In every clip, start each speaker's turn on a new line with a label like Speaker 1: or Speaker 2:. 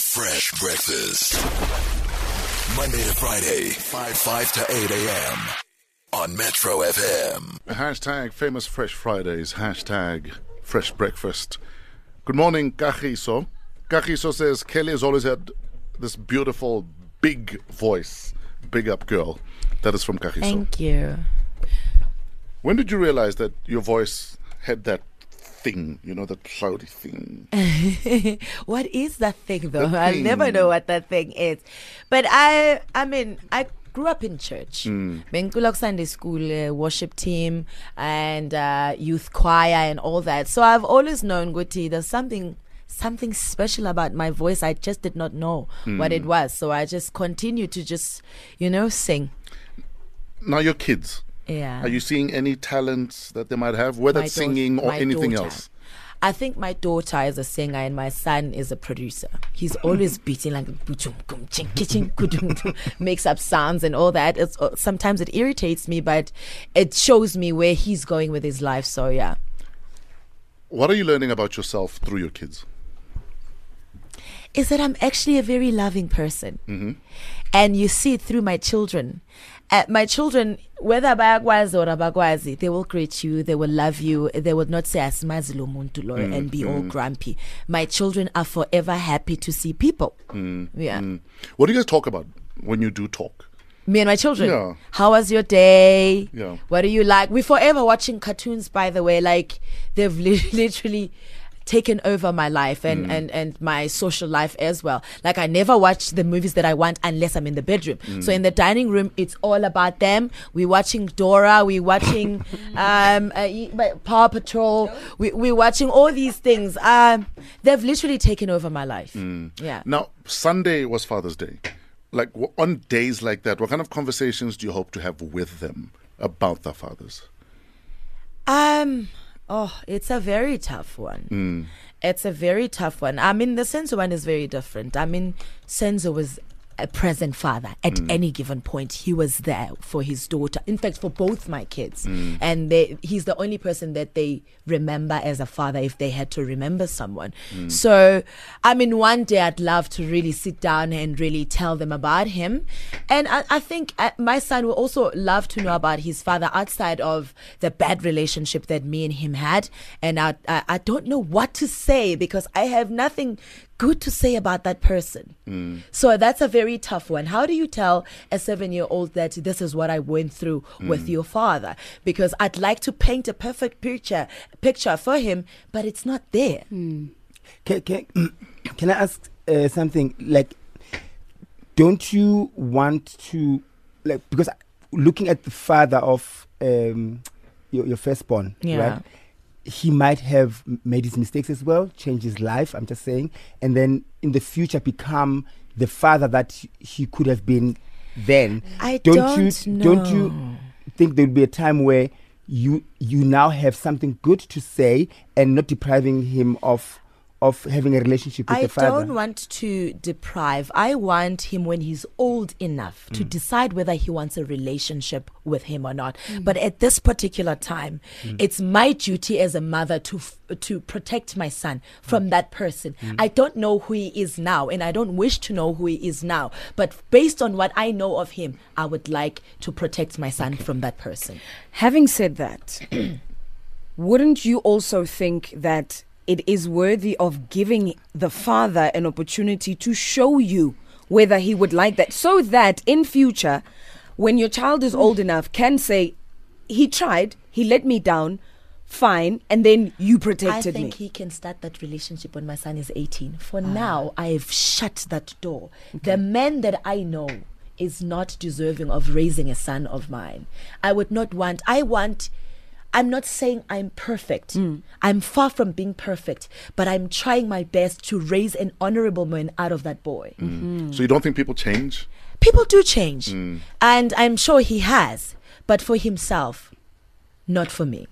Speaker 1: Fresh breakfast. Monday to Friday, 5 5 to 8 a.m. on Metro FM.
Speaker 2: Hashtag famous Fresh Fridays. Hashtag fresh breakfast. Good morning, Kajiso. Kajiso says Kelly has always had this beautiful, big voice. Big up girl. That is from Kajiso.
Speaker 3: Thank you.
Speaker 2: when did you realize that your voice had that thing, you know, that cloudy thing?
Speaker 3: What is that thing though?
Speaker 2: The
Speaker 3: I never
Speaker 2: thing.
Speaker 3: know what that thing is. But I I mean I grew up in church.
Speaker 2: Mm.
Speaker 3: Benkulok Sunday School uh, worship team and uh, youth choir and all that. So I've always known Guti there's something something special about my voice. I just did not know
Speaker 2: Mm.
Speaker 3: what it was. So I just continued to just, you know, sing.
Speaker 2: Now, your kids,
Speaker 3: Yeah.
Speaker 2: are you seeing any talents that they might have, whether
Speaker 3: My
Speaker 2: it's
Speaker 3: daugh-
Speaker 2: singing or
Speaker 3: my
Speaker 2: anything
Speaker 3: daughter.
Speaker 2: else?
Speaker 3: I think my daughter is a singer and my son is a producer. He's always beating like "Buchum, kum, ching, kiching, kudum, dum," makes up sounds and all that. It's uh, sometimes it irritates me, but it shows me where he's going with his life. So yeah,
Speaker 2: What are you learning about yourself through your kids?
Speaker 3: is that I'm actually a very loving person, and you see it through my children. Uh, my children, whether bayakwazi or abakwazi, they will greet you, they will love you, they will not say "asimazi lo muntu lo" and be all grumpy. My children are forever happy to see people. yeah.
Speaker 2: What do you guys talk about when you do talk?
Speaker 3: Me and my children.
Speaker 2: Yeah.
Speaker 3: How was your day?
Speaker 2: Yeah.
Speaker 3: What do you like? We're forever watching cartoons, by the way. Like they've li- literally taken over my life and,
Speaker 2: Mm.
Speaker 3: and, and my social life as well. Like I never watch the movies that I want unless I'm in the bedroom.
Speaker 2: Mm.
Speaker 3: So in the dining room, it's all about them. We're watching Dora. We're watching um, uh, e- but Paw Patrol. We, we're watching all these things. Um, they've literally taken over my life.
Speaker 2: Mm.
Speaker 3: Yeah.
Speaker 2: Now, Sunday was Father's Day. Like wh- on days like that, what kind of conversations do you hope to have with them about their fathers?
Speaker 3: Um, oh, it's a very tough one. It's a very tough one. I mean, the Senzo one is very different. I mean, Senzo was a present father at any given point. He was there for his daughter. In fact, for both my kids, and they, he's the only person that they remember as a father if they had to remember someone. So, I mean, one day I'd love to really sit down and really tell them about him. And I, I think uh, my son will also love to know about his father outside of the bad relationship that me and him had. And I, I, I don't know what to say because I have nothing good to say about that person. So that's a very tough one. How do you tell a seven year old that this is what I went through with your father? Because I'd like to paint a perfect picture picture for him, but it's not there.
Speaker 4: can, can, can I ask uh, something? Like, don't you want to, like, because looking at the father of um, your, your firstborn,
Speaker 3: Yeah.
Speaker 4: right? He might have m- made his mistakes as well, changed his life, I'm just saying, and then in the future become the father that he- he could have been then.
Speaker 3: I
Speaker 4: you
Speaker 3: don't
Speaker 4: don't you
Speaker 3: know.
Speaker 4: think there would be a time where you you now have something good to say and not depriving him of of having a relationship with
Speaker 3: I
Speaker 4: the father?
Speaker 3: don't want to deprive. I want him when he's old enough to decide whether he wants a relationship with him or not. But at this particular time, it's my duty as a mother to f- to protect my son from that person. I don't know who he is now, and I don't wish to know who he is now. But based on what I know of him, I would like to protect my son from that person.
Speaker 5: Having said that, wouldn't you also think that it is worthy of giving the father an opportunity to show you whether he would like that so that in future when your child is old enough can say he tried, he let me down, fine, and then you
Speaker 3: I
Speaker 5: protected
Speaker 3: think
Speaker 5: me.
Speaker 3: he can start that relationship when my son is 18. For now, I've shut that door. The man that I know is not deserving of raising a son of mine. I would not want, I want. I'm not saying I'm perfect. I'm far from being perfect, but I'm trying my best to raise an honorable man out of that boy
Speaker 2: So you don't think people change?
Speaker 3: people do change and i'm sure he has but for himself not for me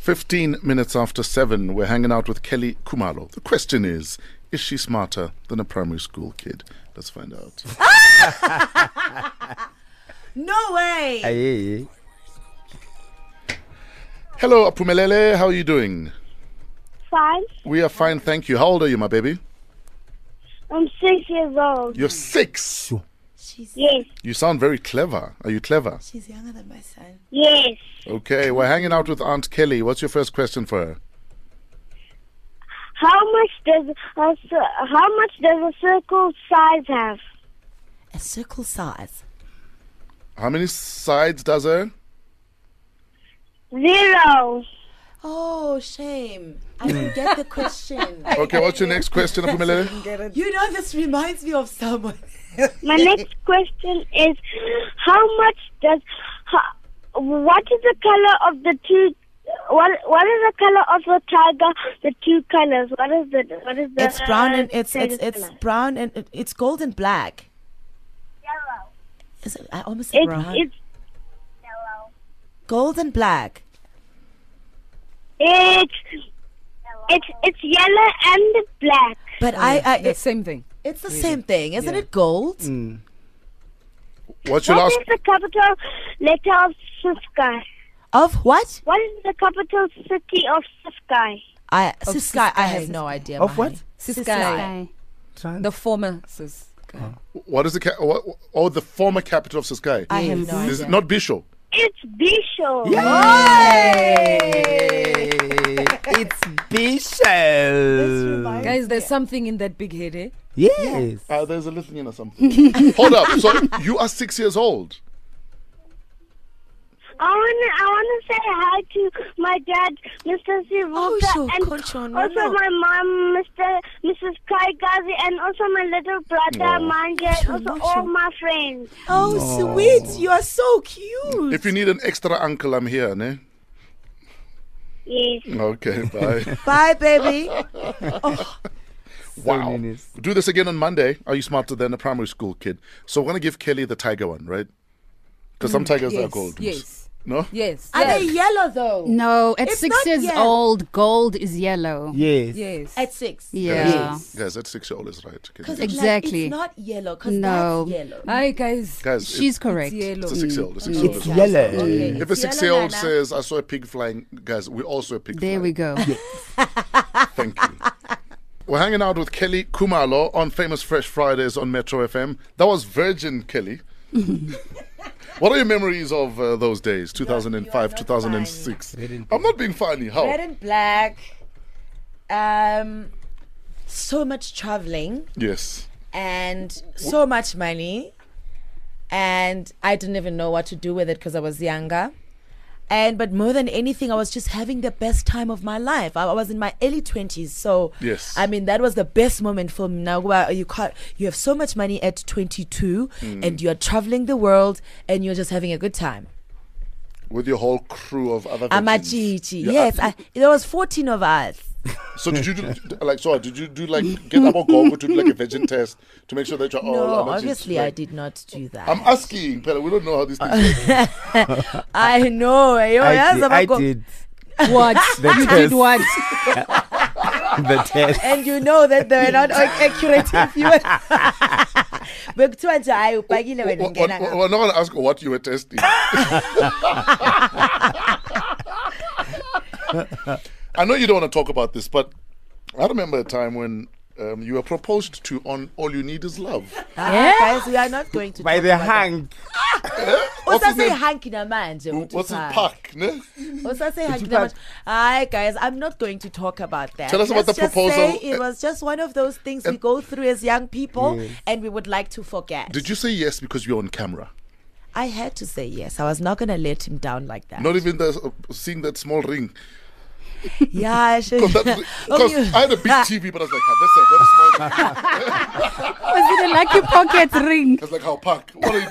Speaker 2: 15 minutes after 7, we're hanging out with Kelly Kumalo. The question is, is she smarter than a primary school kid? Let's find out.
Speaker 3: no way
Speaker 4: Aye.
Speaker 2: Hello, Apumelele. How are you doing?
Speaker 6: Five.
Speaker 2: We are fine, thank you. How old are you, my baby?
Speaker 6: I'm six years old.
Speaker 2: You're six.
Speaker 7: She's
Speaker 6: Yes,
Speaker 2: You sound very clever. Are you clever?
Speaker 7: she's younger than my son.
Speaker 6: yes.
Speaker 2: Okay, we're hanging out with Aunt Kelly. What's your first question for her?
Speaker 6: How much does a cir- how much does a circle size have?
Speaker 3: A circle size.
Speaker 2: How many sides does her?
Speaker 6: Zero.
Speaker 3: Oh, shame. I didn't get the question.
Speaker 2: Okay, what's your next question, Apumelele?
Speaker 3: You know, this reminds me of someone.
Speaker 6: My next question is, how much does how, what is the color of the two? What what is the color of the tiger? The two colors. What is the what is the?
Speaker 3: It's brown and it's it's
Speaker 6: tiger's
Speaker 3: it's
Speaker 6: color?
Speaker 3: brown and it- it's gold and black.
Speaker 6: yellow.
Speaker 3: Is it, I almost said
Speaker 6: It's
Speaker 3: brown.
Speaker 6: it's yellow.
Speaker 3: gold and black.
Speaker 6: It's it's it's yellow and black.
Speaker 3: But I, I
Speaker 5: The
Speaker 3: it's,
Speaker 5: same thing.
Speaker 3: it's the same thing, isn't it? Gold.
Speaker 2: What's your
Speaker 6: What
Speaker 2: last?
Speaker 6: is the capital letter of Siskai?
Speaker 3: Of what?
Speaker 6: What is the capital city of Siskai?
Speaker 3: I Siskai. I have
Speaker 5: Siskai.
Speaker 3: no idea.
Speaker 4: Of
Speaker 3: Mahani.
Speaker 4: what?
Speaker 5: Siskai.
Speaker 4: Trans-
Speaker 5: The former sis.
Speaker 2: What is the? Ca- what, oh, the former capital of Siskai.
Speaker 3: I have no
Speaker 2: Is it
Speaker 3: idea.
Speaker 2: not Bisho?
Speaker 6: It's Bisho.
Speaker 4: it's Bishop.
Speaker 5: Guys, there's something in that big head, eh?
Speaker 4: Yes.
Speaker 2: Uh, there's a little in or something. Hold up. So you are six years old.
Speaker 6: I wanna I wanna say hi to my dad, Mr. Sivuka,
Speaker 3: sure,
Speaker 6: and
Speaker 3: Conchon,
Speaker 6: also
Speaker 3: no, no.
Speaker 6: my mom, Mr. Mrs. Kai Gazi, and also my little brother Manja, and also all my friends.
Speaker 3: Oh, sweet! You are so cute.
Speaker 2: If you need an extra uncle, I'm here, ne?
Speaker 6: Yes.
Speaker 2: Okay, bye.
Speaker 3: Bye, baby.
Speaker 2: wow.
Speaker 4: meanest.
Speaker 2: Do this again on Monday. Are you smarter than a primary school kid? So we're gonna give Kelly the tiger one, right? Because some tigers are
Speaker 5: yes,
Speaker 2: gold.
Speaker 5: yes.
Speaker 2: No.
Speaker 5: Yes.
Speaker 3: Are
Speaker 5: yes.
Speaker 3: they yellow though?
Speaker 8: No, at
Speaker 3: It's
Speaker 8: six
Speaker 3: not
Speaker 8: years
Speaker 3: yellow.
Speaker 8: old, gold is yellow.
Speaker 4: Yes.
Speaker 5: Yes.
Speaker 3: At six.
Speaker 8: Yeah.
Speaker 2: Guys, that six-year-old is right. Can you
Speaker 3: Because
Speaker 2: guys-
Speaker 8: Exactly.
Speaker 3: It's not yellow. Because
Speaker 8: No.
Speaker 3: that's yellow.
Speaker 5: Hi, guys.
Speaker 2: Guys,
Speaker 8: She's correct.
Speaker 5: It's yellow.
Speaker 2: It's a six-year-old. A six-year-old.
Speaker 4: It's
Speaker 2: is-
Speaker 4: yellow.
Speaker 3: Okay.
Speaker 2: If
Speaker 3: Yellow,
Speaker 2: a six-year-old
Speaker 3: Nana.
Speaker 2: says, "I saw a pig flying," guys, we all saw a pig.
Speaker 8: There
Speaker 2: flying.
Speaker 8: we go.
Speaker 2: Thank you. We're hanging out with Kelly Kumalo on Famous Fresh Fridays on Metro FM. That was Virgin Kelly. what are your memories of uh, those days, 2005, 2006? I'm not being funny. How?
Speaker 3: Red and black. Um, so much traveling
Speaker 2: yes.
Speaker 3: and so much money, and I didn't even know what to do with it because I was younger. And but more than anything, I was just having the best time of my life. I, I was in my early twenties, so
Speaker 2: Yes.
Speaker 3: I mean that was the best moment for me. Now where you can't, you have so much money at twenty two,
Speaker 2: Mm.
Speaker 3: and you are traveling the world, and you're just having a good time.
Speaker 2: With your whole crew of other virgins.
Speaker 3: Amachichi.
Speaker 2: Yeah,
Speaker 3: Yes, I, there was 14 of us.
Speaker 2: So did you do d- like? So did you do like get abogogo to do like a virgin test to make sure that you're all?
Speaker 3: No,
Speaker 2: Amachichi,
Speaker 3: obviously I
Speaker 2: like- um,
Speaker 3: did not do
Speaker 2: I'm
Speaker 3: that.
Speaker 2: asking, but we don't know how these things. work.
Speaker 3: I know. eh, yo,
Speaker 4: I,
Speaker 3: yes,
Speaker 4: did,
Speaker 3: I'm
Speaker 4: I
Speaker 3: a go-
Speaker 4: did
Speaker 5: What?
Speaker 4: the test.
Speaker 5: what?
Speaker 4: The test.
Speaker 3: And you know that they were not ac- accurate if you were. Bekuthiwa nje,
Speaker 2: Oh,
Speaker 3: "Hayi, upakile wena,
Speaker 2: Well,
Speaker 3: ngena
Speaker 2: well,
Speaker 3: ngapha."
Speaker 2: we're not going to ask what you were testing. I know you don't want to talk about this, but I remember a time when um, you were proposed to on All You Need Is Love.
Speaker 3: Ah, Guys, we are not going to.
Speaker 4: By
Speaker 3: talk
Speaker 4: the
Speaker 3: about that.
Speaker 4: hang.
Speaker 2: What's his
Speaker 3: Usase
Speaker 2: name?
Speaker 3: hanky namanje, uthi
Speaker 2: What's his
Speaker 3: pha.
Speaker 2: pack? Ne?
Speaker 3: Usase hanky
Speaker 4: pha.
Speaker 3: namanje. Hi guys, I'm not going to talk about that.
Speaker 2: Tell us about
Speaker 3: Let's
Speaker 2: the
Speaker 3: just
Speaker 2: proposal.
Speaker 3: say it was just one of those things we go through as young people, and we would like to forget.
Speaker 2: Did you say yes because you're on camera?
Speaker 3: I had to say yes. I was not gonna let him down like that.
Speaker 2: Not even the, uh, seeing that small ring.
Speaker 3: Yeah, I should.
Speaker 2: Because
Speaker 3: Okay.
Speaker 2: I had a big TV, but I was like, Oh, "Ah, that's a very small ring.
Speaker 8: Was it a lucky pocket ring?
Speaker 2: I was like, how pack? What are you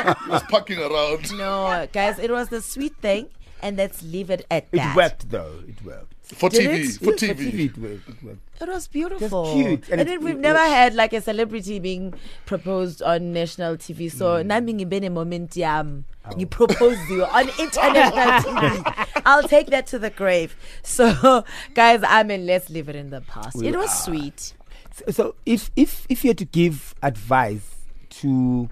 Speaker 2: doing? he was packing around.
Speaker 3: No, guys, it was the sweet thing, and let's leave it at
Speaker 4: It
Speaker 3: that.
Speaker 4: worked though. It worked.
Speaker 2: For
Speaker 3: Did
Speaker 2: TV,
Speaker 3: it?
Speaker 2: for
Speaker 4: Yeah,
Speaker 2: TV.
Speaker 4: It worked. It worked.
Speaker 3: It was beautiful,
Speaker 4: cute,
Speaker 3: and, then
Speaker 4: and it's-
Speaker 3: we've
Speaker 4: it-
Speaker 3: never had like a celebrity being proposed on national TV. So nami ngibene moment yam. You proposed you on international TV. I'll take that to the grave. So, guys, I mean, let's leave it in the past. It was sweet.
Speaker 4: So, so if if if you had to give advice to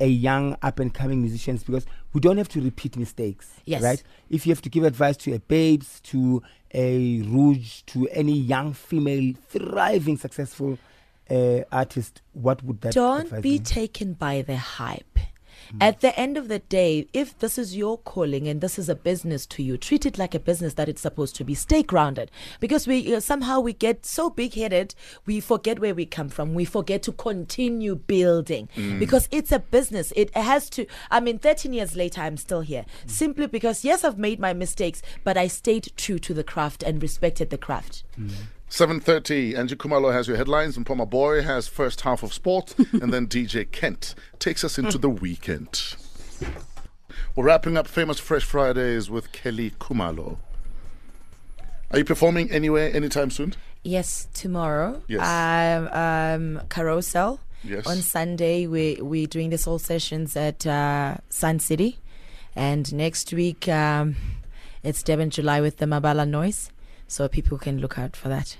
Speaker 4: a young up and coming musicians because we don't have to repeat mistakes
Speaker 3: Yes.
Speaker 4: right if you have to give advice to a babes to a rouge to any young female thriving successful uh, artist, what would that
Speaker 3: Don't
Speaker 4: advise
Speaker 3: be
Speaker 4: them?
Speaker 3: taken by the hype. At the end of the day, if this is your calling and this is a business to you, treat it like a business that it's supposed to be. Stay grounded, because we uh, somehow we get so big-headed, we forget where we come from. We forget to continue building because it's a business. It has to. I mean, 13 years later, I'm still here simply because yes, I've made my mistakes, but I stayed true to the craft and respected the craft.
Speaker 2: 7.30, Angie Kumalo has your headlines, and Poma Boy has first half of sport, and then DJ Kent takes us into the weekend. We're wrapping up Famous Fresh Fridays with Kelly Kumalo. Are you performing anywhere anytime soon?
Speaker 3: Yes, tomorrow.
Speaker 2: Yes.
Speaker 3: Um, um, carousel.
Speaker 2: Yes.
Speaker 3: On Sunday, we we're doing the soul sessions at uh, Sun City, and next week um, it's Devon July with the Mabala Noise, so people can look out for that.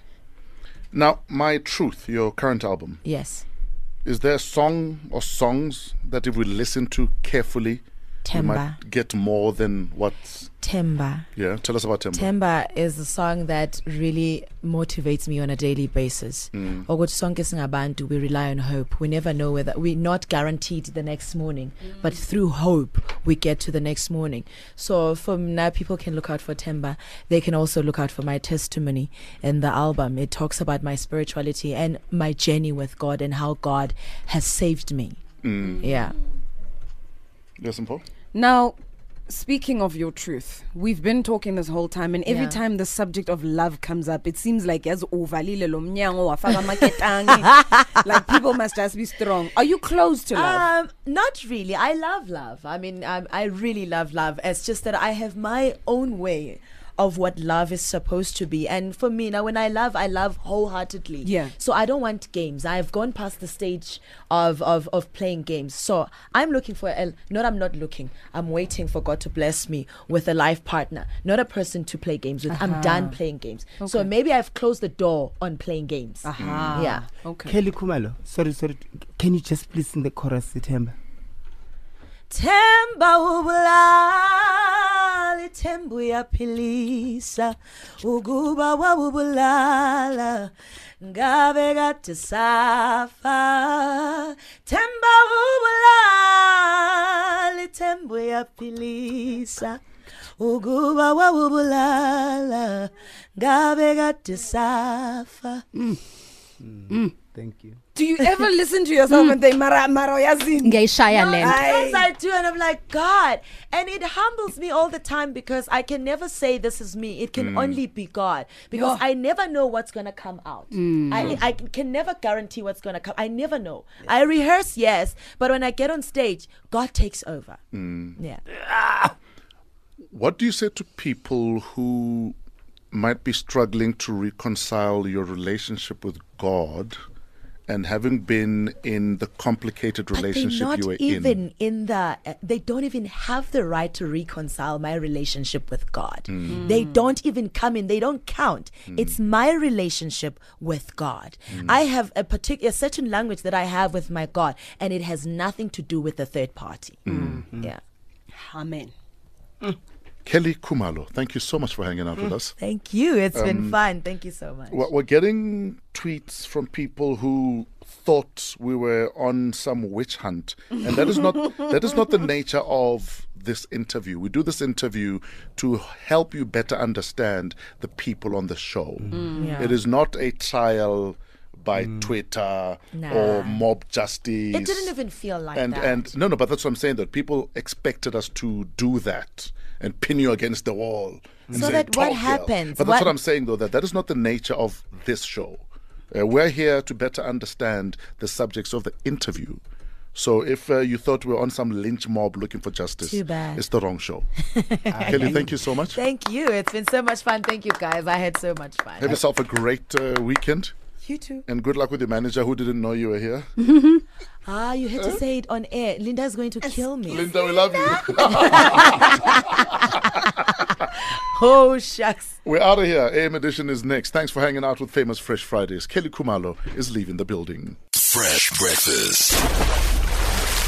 Speaker 2: Now, My Truth, your current album,
Speaker 3: Yes.
Speaker 2: is there a song or songs that if we listen to carefully, we
Speaker 3: Temba.
Speaker 2: might get more than what's.
Speaker 3: Temba.
Speaker 2: Yeah, tell us about Temba.
Speaker 3: Temba is a song that really motivates me on a daily basis. Ukuthi sonke singabantu we rely on hope. We never know whether we're not guaranteed the next morning, but through hope we get to the next morning. So from now people can look out for Temba. They can also look out for my testimony in the album. It talks about my spirituality and my journey with God and how God has saved me. Yeah.
Speaker 2: Yes, and Paul?
Speaker 5: Now, speaking of your truth, we've been talking this whole time, and every
Speaker 3: Yeah.
Speaker 5: time the subject of love comes up, it seems like yes, uvalile lo mnyango, wafaka maketangi. like people must just be strong. Are you close to love?
Speaker 3: Um, not really. I love love. I mean, um, I really love love. It's just that I have my own way of what love is supposed to be. And for me, now when I love, I love wholeheartedly.
Speaker 5: Yeah.
Speaker 3: So I don't want games. I've gone past the stage of of, of playing games. So I'm looking for a not I'm not looking. I'm waiting for God to bless me with a life partner, not a person to play games with.
Speaker 5: Uh-huh.
Speaker 3: I'm done playing games. So maybe I've closed the door on playing games.
Speaker 5: Aha.
Speaker 3: Yeah.
Speaker 5: Uh-huh. Okay.
Speaker 4: Kelly Kumalo, sorry, sorry. Can you just please sing the chorus, September?
Speaker 3: Temba ubulala tembu yaphilisa ukuba wabubulala ngabe kade safa temba ubulala tembu yaphilisa ukuba wabubulala ngabe kade safa
Speaker 4: Thank you.
Speaker 5: Do you ever listen to yourself and think mara mara yazini?
Speaker 8: Ngeyishaya le nto.
Speaker 5: Aye.
Speaker 3: Sometimes I do, and I'm like, God. And it humbles me all the time because I can never say this is me. It can only be God because I never know what's going to come out. I, I can never guarantee what's going to come. I never know. I rehearse, yes, but when I get on stage, God takes over. Yeah.
Speaker 2: What do you say to people who might be struggling to reconcile your relationship with God and having been in the complicated relationship
Speaker 3: but they're
Speaker 2: you were
Speaker 3: not even
Speaker 2: in?
Speaker 3: in, the uh, they don't even have the right to reconcile my relationship with god
Speaker 2: Mm.
Speaker 3: they don't even come in they don't count it's my relationship with god
Speaker 2: Mm.
Speaker 3: i have a particular certain language that i have with my god and it has nothing to do with the third party
Speaker 2: Mm. Mm-hmm.
Speaker 3: yeah
Speaker 5: Amen.
Speaker 2: Kelly Kumalo, thank you so much for hanging out
Speaker 3: Mm.
Speaker 2: with us.
Speaker 3: thank you It's
Speaker 2: Um,
Speaker 3: been fun thank you so much
Speaker 2: We're we're getting tweets from people who thought we were on some witch hunt, and that is not that is not the nature of this interview. We do this interview to help you better understand the people on the show.
Speaker 3: Mm.
Speaker 2: It is not a trial by Twitter
Speaker 3: Nah.
Speaker 2: or mob justice.
Speaker 3: it didn't even feel like
Speaker 2: and
Speaker 3: that
Speaker 2: and no no, but that's what I'm saying. That people expected us to do that and pin you against the wall. and
Speaker 3: So
Speaker 2: say,
Speaker 3: that what
Speaker 2: "Talk, girl."
Speaker 3: happens?
Speaker 2: But that's what
Speaker 3: What-
Speaker 2: I'm saying though that that is not the nature of this show. Uh, we're here to better understand the subjects of the interview. So if uh, you thought we were on some lynch mob looking for justice,
Speaker 3: Too bad.
Speaker 2: it's the wrong show. Kelly, thank you so much.
Speaker 3: thank you it's been so much fun thank you guys i had so much fun
Speaker 2: Have yourself a great uh, weekend
Speaker 3: you too
Speaker 2: and good luck with your manager who didn't know you were here.
Speaker 3: ah you had to say it on air linda's going to kill me
Speaker 2: Linda, we love you.
Speaker 3: oh shucks
Speaker 2: We're out of here. AM Edition is next. Thanks for hanging out with Famous Fresh Fridays. Kelly Kumalo is leaving the building.
Speaker 1: Fresh breakfast.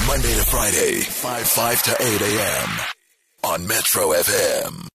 Speaker 1: Monday to Friday, 5 5 to 8 a.m. on Metro FM.